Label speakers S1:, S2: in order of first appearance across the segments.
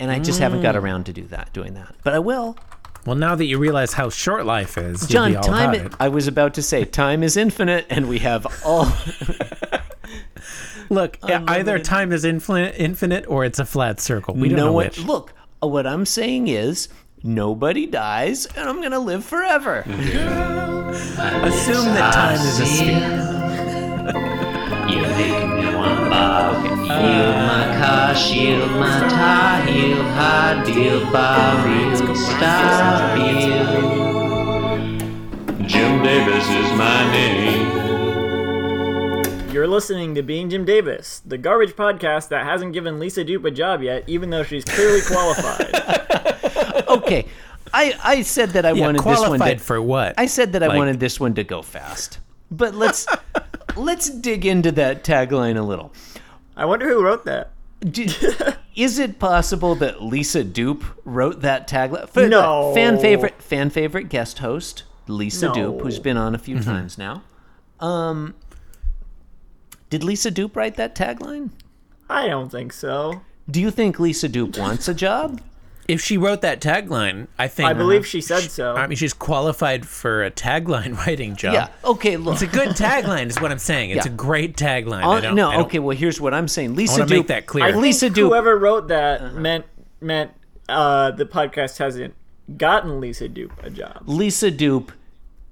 S1: and I just haven't got
S2: Mm.
S1: around to do that, doing that. But I will.
S2: Well, now that you realize how short life is, you'll
S1: John,
S2: be all
S1: time.
S2: about it.
S1: I was about to say time is infinite, and we have all.
S2: Look, e- either time is infinite, infinite or it's a flat circle. We don't
S1: no
S2: know
S1: one.
S2: which.
S1: Look, uh, what I'm saying is nobody dies, and I'm gonna live forever.
S2: Mm. Assume
S1: Ah,
S2: that time is a sphere.
S3: You make me wanna bark. Heal my car, shield my tie, heel, high deal, bar reel, stop heel. Jim Davis is my name.
S4: You're listening to Being Jim Davis, the garbage podcast that hasn't given Lisa Dupe a job yet, even though she's clearly qualified.
S1: okay, I I said that I
S2: Yeah,
S1: wanted this one
S2: qualified
S1: to.
S2: for what?
S1: I said that I
S2: Like-
S1: wanted this one to go fast, but let's let's dig into that tagline a little.
S4: I wonder who wrote that.
S1: D is it possible that Lisa Dupe wrote that tagline? Fa-
S4: No.
S1: fan favorite fan favorite guest host Lisa
S4: No.
S1: Dupe, who's been on a few
S2: Mm-hmm.
S1: times now. Um, did Lisa Dupe write that tagline?
S4: I don't think so.
S1: Do you think Lisa Dupe wants a job?
S2: If she wrote that tagline, I think
S4: I believe she said so.
S2: I mean, she's qualified for a tagline writing job.
S1: Yeah. Okay. Look.
S2: Oh. It's a good tagline, is what I'm saying. It's
S1: Yeah.
S2: a great tagline.
S1: Uh,
S2: I don't,
S1: no.
S2: I don't-
S1: okay. Well, here's what I'm saying. Lisa
S2: wanna
S1: Dupe.
S2: make that clear. I
S4: I think
S1: Lisa Dupe.
S4: Whoever wrote that meant meant uh, the podcast hasn't gotten Lisa Dupe a job.
S1: Lisa Dupe,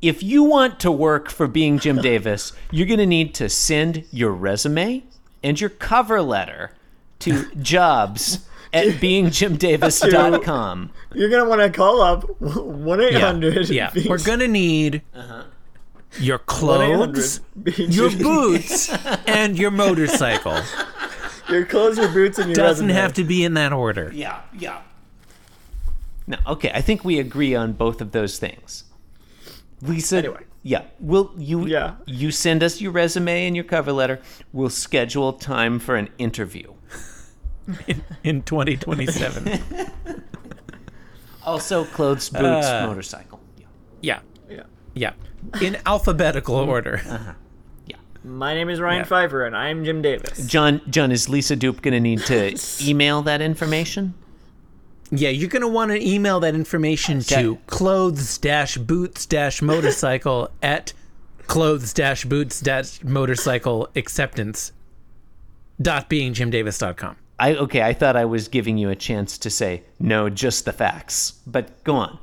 S1: if you want to work for being Jim Davis, you're going to need to send your resume and your cover letter to jobs at beingjimdavis.com.
S4: You're gonna want to call up one eight hundred. Uh-huh.
S2: Yeah. We're going to need your clothes, your boots, and your motorcycle.
S4: your clothes, your boots, and your
S2: Doesn't
S4: resume.
S2: have to be in that order.
S1: Yeah, yeah. No, okay. I think we agree on both of those things. Lisa,
S4: Anyway.
S1: yeah. Will you
S4: Yeah.
S1: you send us your resume and your cover letter? We'll schedule time for an interview.
S2: In 2027.
S1: Also, clothes, boots,
S2: Uh.
S1: motorcycle. Yeah.
S2: yeah. Mm-hmm. Uh-huh.
S4: Yeah.
S2: Yeah. In alphabetical order.
S4: My name is Ryan
S2: Yeah.
S4: Pfeiffer, and I'm Jim Davis.
S1: John, John, is Lisa Dupe going to need to email that information?
S2: Yeah, you're going to want to email that information to clothes boots motorcycle at clothes boots motorcycle acceptance dot being jimdavis.com.
S1: I okay. I thought I was giving you a chance to say no, just the facts. But go on.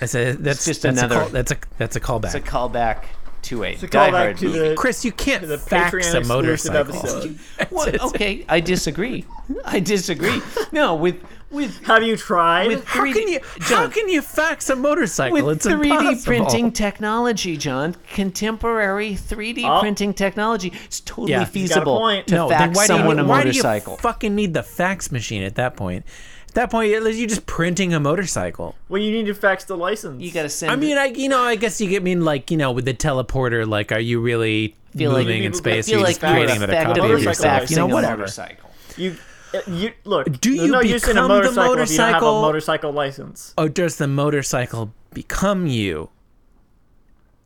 S2: That's a, that's
S1: just
S2: that's
S1: another-
S2: A call, that's a that's a callback.
S1: It's a callback to a
S4: To
S1: Die
S4: call back
S1: Hard
S4: to
S1: movie.
S4: the
S2: Chris, you can't
S4: the
S2: fax
S4: Patreon
S2: a
S4: exclusive
S2: motorcycle.
S4: episode.
S1: What?
S2: Oh,
S1: Okay, I disagree. I disagree. No, with with
S4: Have you tried?
S1: with
S2: How
S1: 3D
S2: can you how
S1: John,
S2: can you fax a motorcycle?
S1: with
S2: it's
S1: 3D
S2: impossible.
S1: printing technology, John? Contemporary 3D
S4: Oh.
S1: printing technology. It's totally
S2: Yeah. He's
S4: got a
S1: feasible
S4: point.
S1: to
S2: no, then
S1: fax
S2: why
S1: someone
S2: do you,
S1: a
S2: why
S1: motorcycle.
S2: do you fucking need the fax machine at that point? At that point, you're just printing a motorcycle.
S4: well, you need to fax the license.
S1: you got to send.
S2: I mean, I you know, I guess you get mean like you know with the teleporter. Like, are you really
S1: feel like-
S2: moving in space?
S1: I feel
S2: You're
S1: like
S2: just
S1: you're
S2: creating another copy of
S1: effectively
S2: yourself.
S1: faxing
S2: You know,
S1: a
S2: whatever.
S1: motorcycle.
S4: You, uh, you look.
S2: Do
S4: there's
S2: you
S4: no use in
S2: become the
S4: a motorcycle, if you don't have a
S2: motorcycle-
S4: motorcycle license?
S2: Oh, does the motorcycle become you?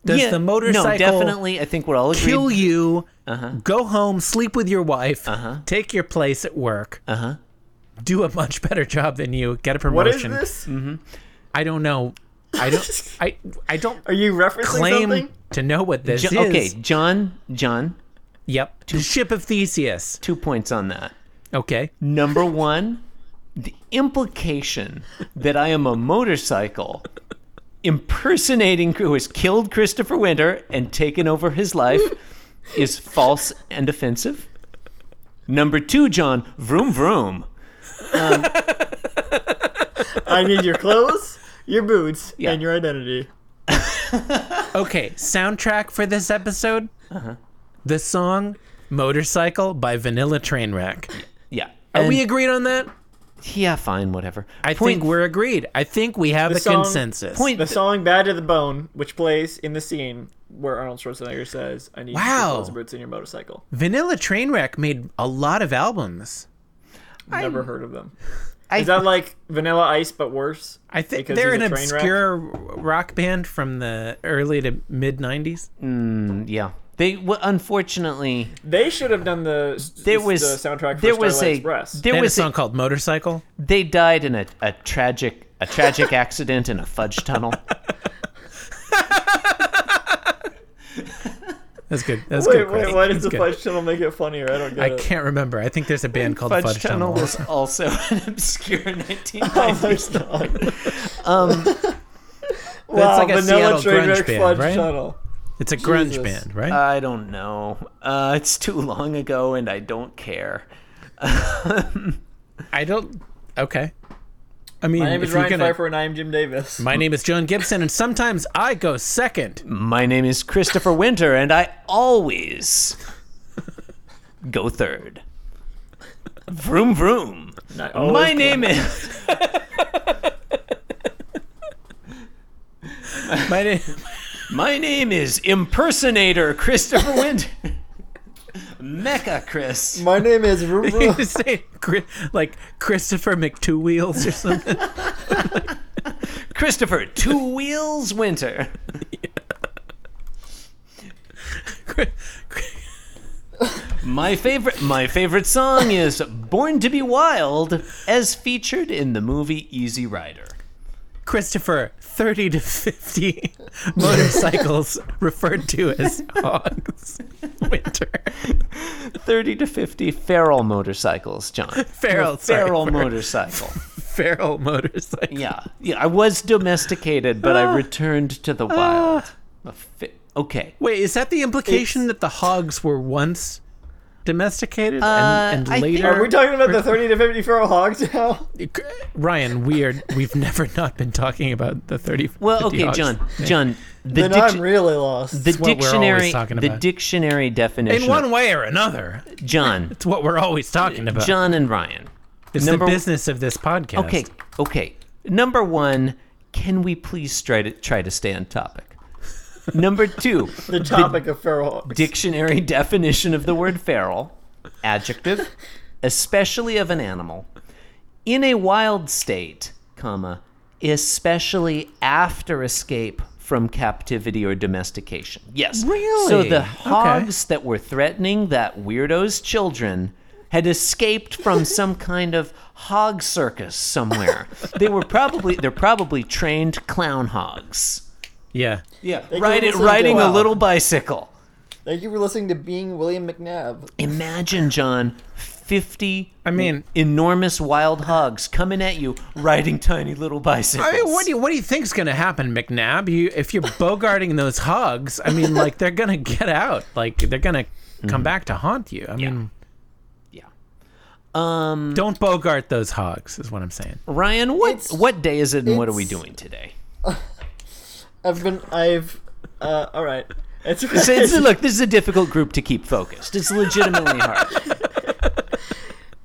S2: Does
S1: Yeah,
S2: the motorcycle
S1: No, definitely. Uh-huh. I think we're all agreed.
S2: kill you? Go home, sleep with your wife,
S1: Uh-huh.
S2: take your place at work, do a much better job than you, get a
S4: What is
S2: promotion.
S4: this?
S2: I don't know. I don't. I I don't
S4: Are you referencing
S2: claim
S4: something?
S2: to know what this
S1: Jo-
S2: is.
S1: okay, John. John,
S2: Yep. The ship of Theseus.
S1: two points on that.
S2: Okay.
S1: Number one, the implication that I am a motorcycle impersonating who has killed Christopher Winter and taken over his life is false and offensive. Number two, John, vroom vroom.
S4: I need your clothes, your boots,
S1: Yeah.
S4: and your identity.
S2: Okay, soundtrack for this episode.
S1: Uh-huh.
S2: The song "Motorcycle" by Vanilla Trainwreck.
S1: Yeah.
S2: Are we
S1: And-
S2: agreed on that?
S1: Yeah, fine, whatever.
S2: I think we're agreed. I think we have a
S4: song-
S2: consensus.
S1: Point
S4: The song "Bad to the Bone," which plays in the scene where Arnold Schwarzenegger says, "I need
S2: Wow.
S4: your clothes, boots, and your motorcycle."
S2: Vanilla Trainwreck made a lot of albums.
S4: Never heard of them.
S1: I-
S4: Is that like Vanilla Ice but worse?
S2: I think
S4: Because
S2: they're
S4: he's
S2: an
S4: a train wreck?
S2: obscure rock band from the early to mid '90s.
S1: Yeah, They w- unfortunately
S4: They should have done the
S1: there was
S4: the soundtrack for
S1: there was
S4: Starlight
S1: a
S4: Express.
S1: there
S2: They had a
S1: was a
S2: song called Motorcycle.
S1: they died in a, a tragic a tragic accident in a fudge tunnel.
S2: That's good. That's
S4: wait,
S2: good. Chris.
S4: wait, why does
S2: That's
S4: the
S2: good.
S4: fudge tunnel make it funnier? I don't get
S2: I
S4: it.
S2: can't remember. I think there's a band called
S1: fudge,
S2: Fudge,
S1: tunnel,
S2: Tunnel.
S1: was also an obscure 1990s.
S4: Oh my god. um,
S2: That's
S4: wow,
S2: like a
S4: Vanilla
S2: Seattle
S4: Train
S2: grunge
S4: Wreck
S2: band,
S4: Fudge
S2: right?
S4: Tunnel.
S2: It's a grunge
S4: Jesus.
S2: band, right?
S1: Oh, I don't know. Uh, it's too long ago, and I don't care.
S2: I don't. Okay. I mean,
S4: My name
S2: if
S4: is
S2: you're
S4: Ryan
S2: gonna-
S4: Pfeiffer and I am Jim Davis.
S2: My name is John Gibson, and sometimes I go second.
S1: My name is Christopher Winter, and I always go third. Vroom vroom.
S4: Not
S2: Oh,
S1: My
S4: always
S1: name is
S2: My name.
S1: My name is impersonator Christopher Winter. Mecca Chris.
S4: My name is Ru- Ru-
S2: you say Chri- like Christopher McTwo Wheels or something.
S1: Christopher Two Wheels Winter.
S2: Chri- Chri-
S1: My favorite my favorite song is Born to be Wild as featured in the movie Easy Rider.
S2: Christopher, thirty to fifty motorcycles referred to as hogs. Winter
S1: 30 to 50 feral motorcycles, John.
S2: feral, sorry,
S1: Feral
S2: fer-
S1: motorcycle.
S2: feral motorcycle.
S1: Yeah. Yeah, I was domesticated, but
S2: Ah.
S1: I returned to the wild. A fi- okay.
S2: Wait, is that the implication that the hogs were once domesticated
S1: Uh,
S2: and,
S1: I
S2: and
S1: think-
S2: later?
S4: Are we talking about the 30 to 50 feral hogs now?
S2: Ryan, weird. We've never not been talking about the thirty.
S1: Well,
S2: 50
S1: okay,
S2: hogs.
S1: John. John, the,
S4: Then I'm
S1: dic-
S4: really lost.
S1: the
S2: what we're always
S1: dictionary
S2: talking
S1: the
S2: about.
S1: dictionary definition
S2: In one
S1: of-
S2: way or another,
S1: John,
S2: it's what we're always talking about.
S1: John and Ryan.
S2: it's
S1: number-
S2: the business of this podcast.
S1: Okay, okay. Number one, can we please try to try to stay on topic? Number two,
S4: the topic of feral hogs.
S1: dictionary definition of the word feral adjective especially of an animal in a wild state comma especially after escape from captivity or domestication yes so
S2: Really?
S1: the
S2: Okay.
S1: hogs that were threatening that weirdo's children had escaped from some kind of hog circus somewhere they were probably they're probably trained clown hogs
S2: Yeah.
S1: yeah
S4: can
S1: riding,
S4: listen to-
S1: riding a
S4: Wow.
S1: little bicycle
S4: Thank you for listening to Being William McNabb.
S1: Imagine, John, 50
S2: I mean-
S1: enormous wild hogs coming at you riding tiny little bicycles.
S2: I mean, what do you what do you think's gonna happen, McNabb? You if you're bogarting those hogs, I mean, like they're gonna get out, like they're gonna
S1: Mm-hmm.
S2: come back to haunt you. I mean,
S1: Yeah. Um,
S2: don't bogart those hogs, is what I'm saying.
S1: Ryan, what
S4: It's-
S1: what day is it and what are we
S4: it's-
S1: doing today?
S4: I've been. I've. Uh, alright. It's,
S1: So it's- look, this is a difficult group to keep focused. It's legitimately hard.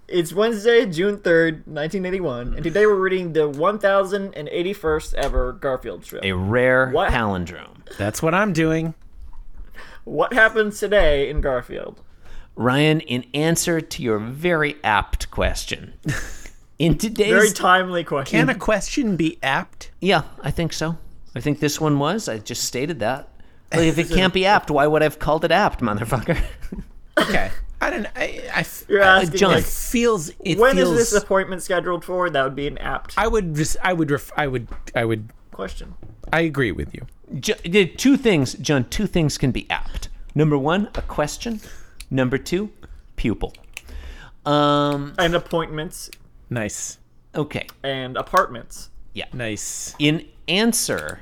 S4: It's Wednesday, June 3rd, 1981, and today we're reading the 1081st ever Garfield strip.
S1: A rare
S4: What?
S1: palindrome.
S2: That's what I'm doing.
S4: What happens today in Garfield?
S1: Ryan, in answer to your very apt question, in today's
S4: Very timely question.
S2: Can a question be apt?
S1: Yeah, I think so. I think this one was. I just stated that. Like, if it can't be apt, why would I have called it apt, motherfucker?
S2: Okay. I don't. I. I f-
S4: You're
S2: I-
S4: asking,
S1: John,
S2: it
S4: like,
S2: feels. It
S4: when is
S2: feels.
S4: this appointment scheduled for? That would be an apt
S2: I would. Just, I would. Ref, I would. I would.
S4: question.
S2: I agree with you.
S1: Ju- yeah, two things, John. Two things can be apt. Number one, a question. Number two, pupil. Um.
S4: And appointments
S2: Nice.
S1: Okay.
S4: and apartments.
S2: Nice.
S1: In answer,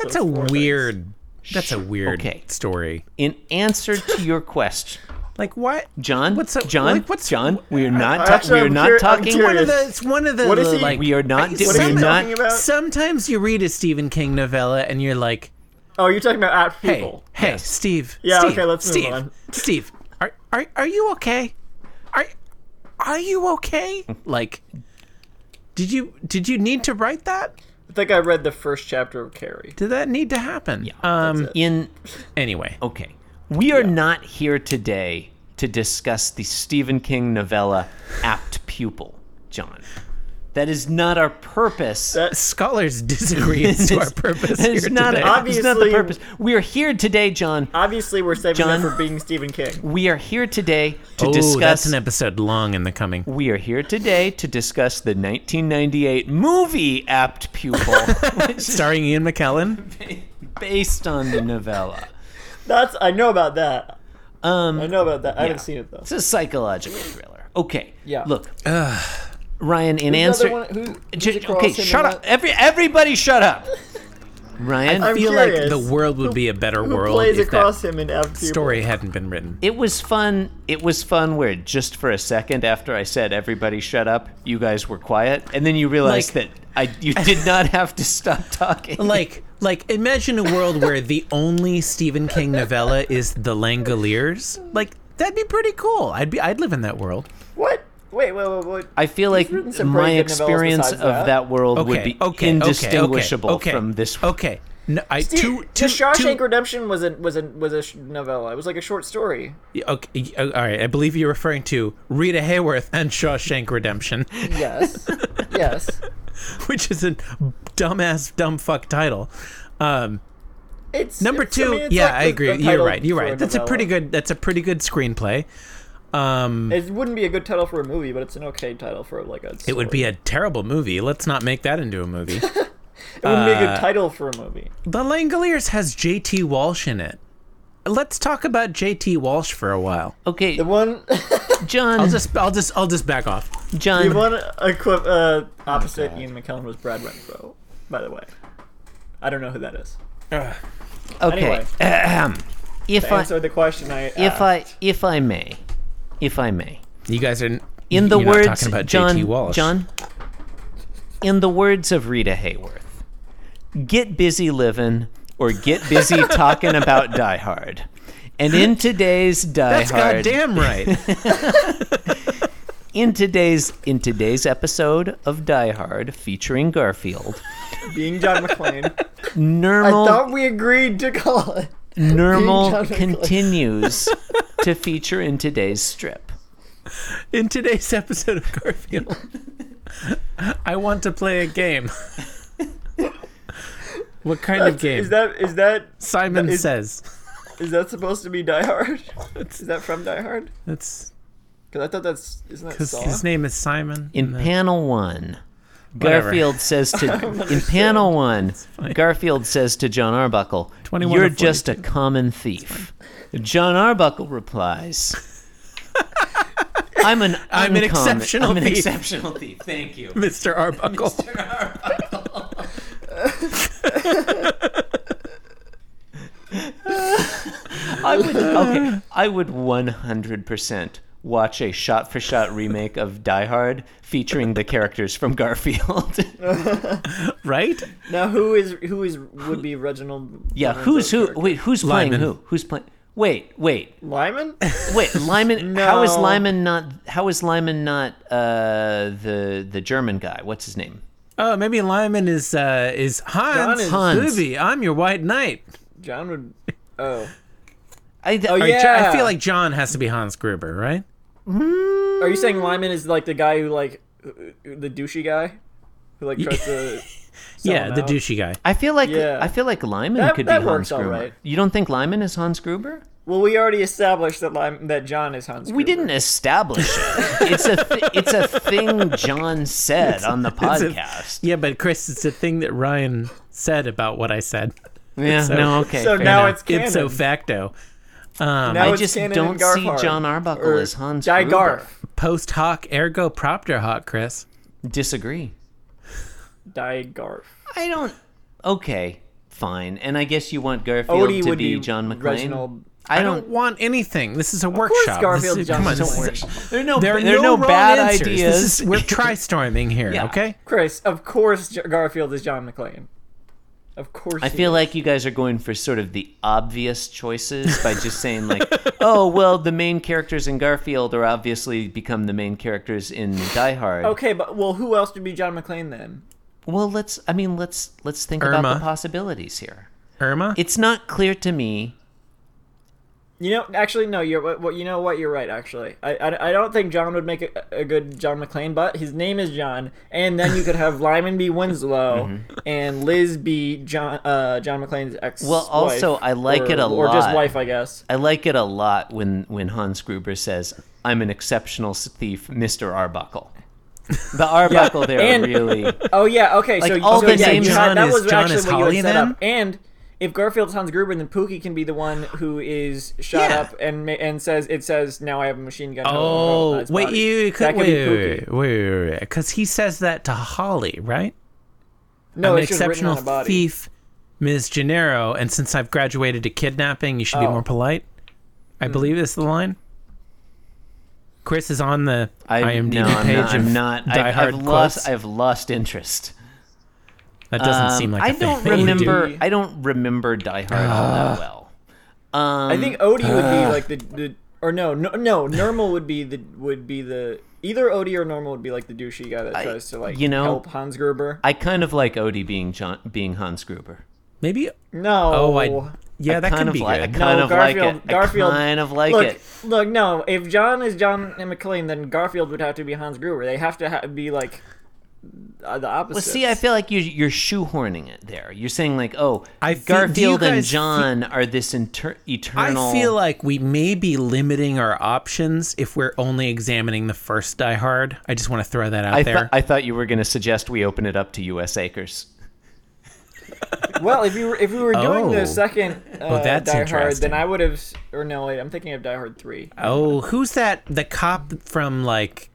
S2: That's
S4: So
S2: a
S4: four things.
S2: weird. That's a weird
S1: okay.
S2: story.
S1: in answer to your question,
S2: Like what?
S1: John.
S2: What's up-
S1: John?
S2: like, what's-
S1: John? We are not.
S4: I-
S1: Ta-
S4: actually,
S1: we are
S4: I'm
S1: not
S4: curi- I'm
S1: talking.
S4: curious.
S2: One of the. It's one of the.
S4: What is he-
S2: like,
S1: We are not.
S2: I-
S1: we
S4: What
S1: are
S4: are you
S2: some-
S1: not.
S4: talking about?
S2: Sometimes you read a Stephen King novella and you're like,
S4: Oh, you're talking about apt
S2: Hey,
S4: people.
S2: hey, Steve.
S4: Yeah,
S2: Steve,
S4: okay, let's move
S2: Steve,
S4: on.
S2: Steve, are, are are you okay? Are are you okay? Like, did you did you need to write that?
S4: I think I read the first chapter of Carrie.
S2: Did that need to happen? Um.
S1: In
S2: Anyway.
S4: Oh.
S1: Okay. We are not here today to discuss the Stephen King novella Apt Pupil, John. That is not our purpose.
S2: uh, Scholars disagree as to our purpose
S1: That is
S2: here
S1: not,
S2: today.
S1: it's not the
S4: Obviously-
S1: purpose. We are here today, John.
S4: Obviously, we're saving
S1: John?
S4: that for being Stephen King.
S1: We are here today to
S2: oh,
S1: discuss.
S2: that's an episode long in the coming.
S1: we are here today to discuss the 1998 movie Apt Pupil, which is
S2: Starring Ian McKellen.
S1: based on the novella.
S4: That's I know about that.
S1: Um,
S4: I know about that. I haven't seen it though.
S1: It's a psychological thriller. Okay.
S4: Yeah.
S1: Look, Ryan. In answer,
S4: Another one- who- who's
S1: J-
S4: across
S1: okay,
S4: him in
S1: shut
S4: that?
S1: up. Every everybody, shut up. Ryan,
S2: I
S4: I'm
S2: feel like
S4: curious,
S2: the world would be a better
S4: Who
S2: world
S4: plays
S2: if
S4: across
S2: that
S4: him in F. People?
S2: story hadn't been written.
S1: it was fun. It was fun. Where just for a second after I said everybody, shut up, you guys were quiet, and then you realized
S2: Like-
S1: that I you did not have to stop talking.
S2: Like, like imagine a world where the only Stephen King novella is The Langoliers. Like that'd be pretty cool. I'd be, I'd live in that world.
S4: What? Wait, wait, wait, wait.
S1: I feel like
S4: written some
S1: my
S4: pretty good novellas
S1: experience of that,
S4: besides that.
S1: world
S2: Okay,
S1: would be
S2: okay, okay,
S1: indistinguishable
S2: okay,
S1: from this one.
S2: Okay, no, I,
S4: Dude,
S2: two,
S4: The
S2: two,
S4: Shawshank
S2: two-
S4: Redemption was a was a was a sh- novella. It was like a short story.
S2: Okay, uh, all right. I believe you're referring to Rita Hayworth and Shawshank Redemption,
S4: Yes, yes.
S2: which is a dumbass, dumb fuck title. Um,
S4: It's
S2: number
S4: it's-
S2: two,
S4: mean, it's
S2: yeah,
S4: like
S2: I
S4: the-
S2: agree.
S4: the
S2: You're
S4: title
S2: right. You're
S4: for
S2: right. That's a pretty
S4: novella.
S2: good. That's a pretty good screenplay. Um,
S4: It wouldn't be a good title for a movie, but it's an okay title for like a.
S2: It would be a terrible movie. Let's not make that into a movie.
S4: It wouldn't be
S2: uh,
S4: a good title for a movie.
S2: the Langoliers has J.T. Walsh in it. Let's talk about J.T. Walsh for a while.
S1: Okay,
S4: The one,
S2: I'll
S1: John.
S2: just, I'll just, I'll just back off.
S1: John.
S4: the one equi-
S1: Oh
S4: uh, opposite Ian McKellen was Brad Renfro. By the way, I don't know who that is.
S1: okay.
S4: Anyway.
S1: Ahem. If I
S4: Answer the question I.
S1: if
S4: asked.
S1: I if I may, if I may,
S2: You guys are
S1: in the
S2: you're
S1: words
S2: not talking about
S1: John
S2: J.T. Walsh.
S1: John, in the words of Rita Hayworth, get busy living or get busy talking about Die Hard. And in today's Die
S2: That's
S1: Hard,
S2: goddamn right.
S1: in today's in today's episode of Die Hard featuring Garfield,
S4: being John McClane, I
S1: Nermal
S4: thought we agreed to call it.
S1: Nermal
S4: John McClane.
S1: continues to feature in today's strip.
S2: in today's episode of Garfield, I want to play a game. what kind of game?
S4: Is that is that
S2: Simon
S4: is-
S2: says.
S4: is that supposed to be Die Hard? Is that from Die Hard?
S2: That's
S4: Because I thought that's isn't that
S2: because
S4: Saw?
S2: his name is Simon.
S1: In panel one,
S2: Whatever.
S1: Garfield says to in panel one, Garfield says to John Arbuckle,
S2: 21
S1: "You're
S2: to
S1: just a common thief." John Arbuckle replies, "I'm an
S2: I'm
S1: uncommon-
S2: an exceptional
S1: I'm an
S2: thief."
S1: exceptional thief. Thank you."
S2: Mr. Arbuckle.
S1: I would okay. I would 100% watch a shot-for-shot remake of Die Hard featuring the characters from Garfield.
S2: right?
S4: Now who is who is would be Reginald?
S1: yeah,
S4: Lyman's
S1: who's who?
S4: character?
S1: Wait, who's playing
S2: Lyman.
S1: who? Who's playing? Wait, wait.
S4: Lyman?
S1: Wait, Lyman. How is
S4: No.
S1: Lyman not? How is Lyman not uh, the the German guy? What's his name?
S2: Oh, maybe Lyman is uh, is Hans.
S4: is-
S1: Hans.
S2: Booby, I'm your white knight.
S4: John would. Oh,
S1: I,
S4: oh
S2: All right,
S4: yeah.
S2: Jo- I feel like John has to be Hans Gruber, right?
S4: Are you saying Lyman is like the guy who like uh, the douchey guy who like tries to? sell
S2: yeah,
S4: him
S2: the
S4: out?
S2: douchey guy.
S1: I feel like
S4: Yeah.
S1: I feel like Lyman
S4: That-
S1: could
S4: that
S1: be
S4: works
S1: Hans Gruber.
S4: all right.
S1: You don't think Lyman is Hans Gruber?
S4: Well, we already established that Lyman, that John is Hans.
S1: We
S4: Gruber.
S1: didn't establish it. It's a th- it's a thing John said on the
S2: a-
S1: podcast.
S2: Yeah, but Chris, it's the thing that Ryan said about what I said.
S1: yeah.
S2: so-
S1: no. Okay.
S4: So
S1: fair
S4: now
S1: enough.
S4: it's canon.
S2: Ipso facto. Um,
S4: Now
S1: I
S4: it's
S1: just
S4: canon
S1: don't
S4: and Garf
S1: see
S4: Hard.
S1: John Arbuckle
S4: Or
S1: as Hans
S4: Guy
S1: Gruber.
S4: Garf.
S2: Post hoc ergo propter hoc, Chris.
S1: disagree.
S4: Die Garf.
S1: I don't. Okay. Fine. And I guess you want Garfield
S4: Odie
S1: to
S4: would
S1: be, John McClane.
S4: Reginald.
S1: I
S2: I
S1: don't.
S2: don't want anything. This is a
S4: Of course,
S2: workshop.
S4: Garfield
S2: this is,
S4: Johnson.
S2: come on,
S4: don't
S2: this
S4: worry.
S2: is-
S1: There are no,
S2: there are no, wrong
S1: bad
S2: answers. This
S1: ideas.
S2: is- we're tristorming here,
S1: Yeah.
S2: okay?
S4: Chris, of course, J- Garfield is John McClane. Of course.
S1: I feel like you guys are going for sort of the obvious choices by just saying like, oh well, the main characters in Garfield are obviously become the main characters in Die Hard.
S4: Okay, but well, who else would be John McClane then?
S1: Well, let's. I mean, let's let's think about
S2: Irma.
S1: the possibilities here.
S2: Irma?
S1: It's not clear to me
S4: You know, actually, no. You're what? what- You know what? You're right. Actually, I, I, I don't think John would make a, a good John McClane, but his name is John, and then you could have Lyman B. Winslow
S1: Mm-hmm.
S4: and Liz be John uh, John McClane's ex.
S1: Well, also, I like it a
S4: or just
S1: lot.
S4: wife, I guess.
S1: I like it a lot when when Hans Gruber says, "I'm an exceptional thief, Mr. Arbuckle." The Arbuckle there
S4: and-
S1: really
S4: Oh yeah, okay. so
S1: Like, all
S4: so,
S1: the
S4: yeah,
S1: same
S4: you had-
S2: John
S4: that
S2: is-
S4: was
S2: John
S4: actually
S2: is
S4: what you
S2: Holly
S4: had set
S2: then?
S4: up. And if Garfield sounds Gruber, then Pookie can be the one who is shot
S2: Yeah.
S4: up and ma- and says it says now I have a machine gun.
S2: Oh, wait, you
S4: that
S2: could,
S4: could
S2: wait,
S4: be
S2: wait,
S4: Pookie.
S2: wait, wait, wait, wait, because he says that to Holly, right?
S4: No,
S2: I'm an
S4: it's just written
S2: exceptional
S4: on a body.
S2: thief, Ms. Gennaro, and since I've graduated to kidnapping, you should be
S4: Oh. Hmm.
S2: more polite. I believe is the line. Chris is on the
S1: I,
S2: IMDb
S1: no, I'm
S2: page
S1: not,
S2: of
S1: I'm not
S2: Die
S1: I,
S2: Hard
S1: I've lost
S2: quotes.
S1: I've lost interest.
S2: that doesn't
S1: Um,
S2: seem like
S1: I
S2: I
S1: don't
S2: thing
S1: remember.
S2: That you
S1: I don't remember Die Hard all
S2: Ah.
S1: that well. Um,
S4: I think Odie would be like the, the or no, no no Normal would be the would be the either Odie or Normal would be like the douchey guy that tries to like
S1: you know-
S4: help Hans Gruber.
S1: I kind of like Odie being John, being Hans Gruber.
S2: do. maybe.
S4: no.
S2: Oh, I yeah,
S1: I
S2: that
S1: kind
S2: could
S1: of
S2: be
S1: like. I
S2: good.
S1: kind
S4: no,
S1: of
S4: Garfield,
S1: like it.
S4: Garfield,
S1: I kind of like
S4: look,
S1: it.
S4: Look, no. If John is John and McClane, then Garfield would have to be Hans Gruber. They have to ha- be like uh, the opposite.
S1: Well, see, I feel like you, you're shoehorning it there. You're saying like, oh,
S2: I feel- do you
S1: Garfield and
S2: guys
S1: John are this inter- eternal.
S2: I feel like we may be limiting our options if we're only examining the first Die Hard. I just want to throw that out
S1: I,
S2: there.
S1: thought I thought you were going to suggest we open it up to U.S. Acres.
S4: well, if you were, if we were doing
S2: Oh.
S4: the second uh,
S2: that's
S4: Die Hard,
S2: interesting.
S4: then I would have. s- Or no, wait, I'm thinking of Die Hard three.
S2: Oh, who's that? The cop from like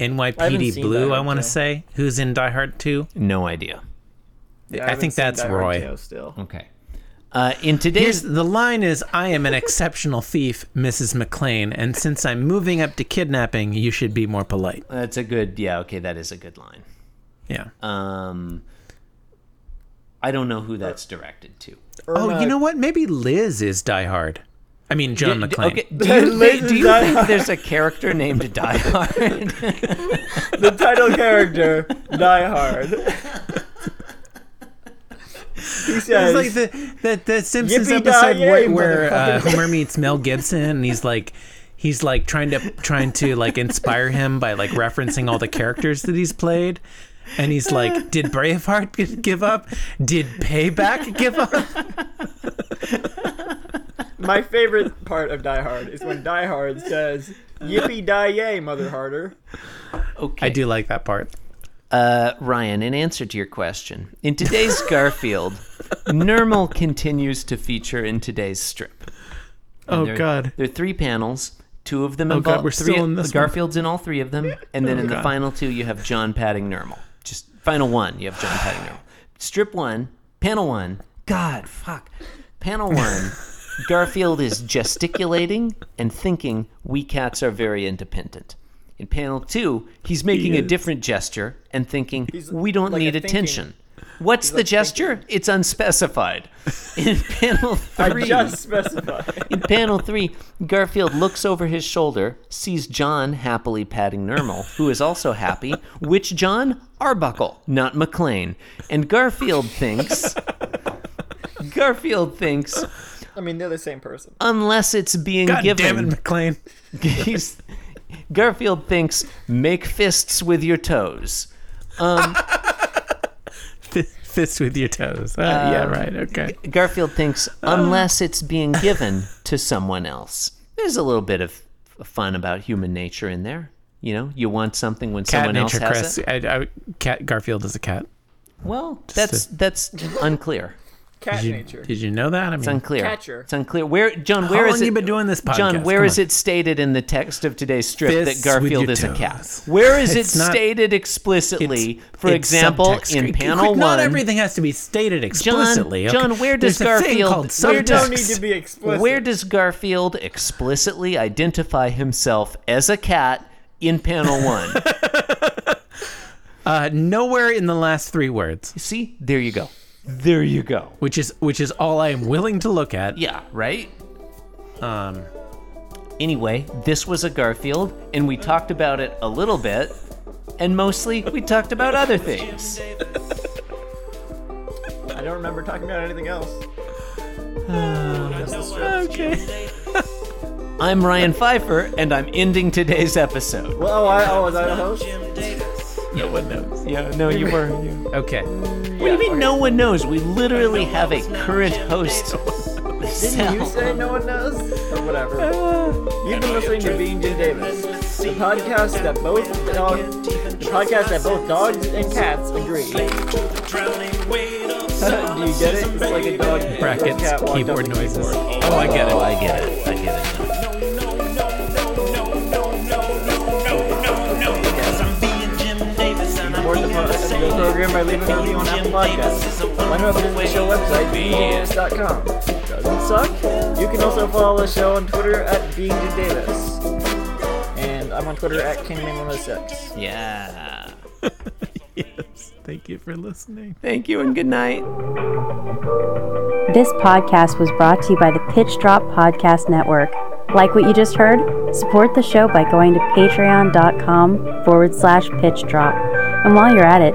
S4: haven't
S2: NYPD
S4: seen
S2: Blue,
S4: Die
S2: I
S4: Hard
S2: want to
S4: two.
S2: say, who's in Die Hard 2.
S1: No idea.
S4: Yeah,
S2: I
S4: haven't
S2: think
S4: seen
S2: that's
S4: Die Hard
S2: Roy.
S4: two Still,
S1: Okay. Uh, in today's
S2: Here's the line is I am an exceptional thief, Mrs. McLean, and since I'm moving up to kidnapping, you should be more polite.
S1: That's a good. Yeah. Okay. That is a good line.
S2: Yeah.
S1: Um, I don't know who that's directed to.
S2: oh,
S4: Irma-
S2: you know what? Maybe Liz is Die Hard. I mean John
S1: D-
S2: McClane.
S1: Okay. Do you,
S4: Liz
S1: thi-
S4: is
S1: do you
S4: Die
S1: think
S4: Hard.
S1: there's a character named Die Hard?
S4: the title character, Die Hard. he says,
S2: It's like the the, the Simpsons
S4: Yippee-di-yay,
S2: episode where, where uh,
S4: motherfucker.
S2: Homer meets Mel Gibson and he's like he's like trying to trying to like inspire him by like referencing all the characters that he's played. And he's like, "Did Braveheart g- give up? Did Payback give up?"
S4: my favorite part of Die Hard is when Die Hard says, "Yippee die yay, mother harder."
S1: Okay.
S2: I do like that part.
S1: Uh, Ryan, in answer to your question, in today's Garfield, Nermal continues to feature in today's strip.
S2: Oh
S1: There-
S2: God!
S1: There are three panels. Two of them
S2: Oh, God,
S1: involve
S2: we're
S1: three.
S2: still in this one.
S1: Garfield's in all three of them, and then in the
S2: God.
S1: final two, you have John patting Nermal. Just final one, you have John patting Nermal. Strip one, panel one. God, fuck. Panel one. Garfield is gesticulating and thinking we cats are very independent. In panel two, he's making a different gesture and thinking we don't
S4: like a
S1: need
S4: thinking-
S1: attention. What's the gesture? It's unspecified. In panel three,
S4: Just specify.
S1: in panel three, Garfield looks over his shoulder, sees John happily patting Nermal, who is also happy. Which John? Arbuckle, not McLean. And Garfield thinks. Garfield thinks,
S4: I mean, they're the same person.
S1: unless it's being
S2: God damn
S1: given.
S2: it, McLean!
S1: He's, Garfield thinks, make fists with your toes.
S2: F- fist with your toes. Ah, yeah, right. Okay.
S1: Garfield thinks, unless it's being given to someone else. There's a little bit of fun about human nature in there. You know, you want something when
S2: Cat
S1: someone
S2: nature,
S1: else has
S2: Chris.
S1: it.
S2: I, I, cat Garfield is a cat.
S1: Well, that's
S2: to-
S1: that's unclear.
S4: Cat
S2: Did you,
S4: nature.
S2: did you know that? I mean,
S1: It's unclear.
S4: Catcher.
S1: It's unclear. Where John? Where is
S2: long
S1: it?
S2: you been doing this
S1: John,
S2: podcast?
S1: where
S2: Come
S1: is
S2: on.
S1: it stated in the text of today's strip
S2: Fists
S1: that
S2: with
S1: Garfield
S2: your
S1: is a cat?
S2: toes.
S1: Where is
S2: It's
S1: it
S2: not-
S1: stated exptly?
S2: It's-
S1: for
S2: it's
S1: example,
S2: subtext.
S1: in
S2: Quick,
S1: panel
S2: quick, Not
S1: one,
S2: everything has to be stated explicitly. okay?
S1: John, where does
S2: There's a thing
S1: Garfield-
S2: called
S1: where
S4: You don't need
S2: subtext.
S4: to be explicit.
S1: where does Garfield explicitly identify himself as a cat in panel one?
S2: Uh, nowhere in the last three words,
S1: See, there you go. There you go.
S2: which is which is all I am willing to look at.
S1: Yeah. Right.
S2: Um,
S1: Anyway, this was a Garfield, and we talked about it a little bit, and mostly we talked about other things.
S4: I don't remember talking about anything else. Just the strip.
S2: okay.
S1: I'm Ryan Pfeiffer, and I'm ending today's episode.
S3: Well, oh, I, oh, was I the host?
S4: No one knows.
S1: Yeah, no, you were. You.
S2: Okay.
S1: What do you mean no one knows? We literally have a current host.
S3: Didn't you say no one knows? Or whatever.
S2: uh,
S3: You've been listening to Being Jim Davis, the podcast that both dog, the podcast that both dogs and cats agree. Do you get it? It's like a dog and a
S2: Brackets,
S3: cat walked up
S2: keyboard
S3: to
S2: noises.
S3: keyboard.
S2: Oh, I get
S4: Oh,
S2: it.
S4: I get it. I get it. now.
S3: Support the, pod- the program by leaving a review on Apple Podcasts. Why not visit the show website, beingdavis.com? Doesn't suck. You can also follow the show on Twitter at beingdavis. And I'm on Twitter at kingman106.
S1: Yeah.
S2: Yes. Thank you for listening.
S1: Thank you and good night.
S5: This podcast was brought to you by the Pitch Drop Podcast Network. Like what you just heard? Support the show by going to patreon.com forward slash pitch drop. And while you're at it,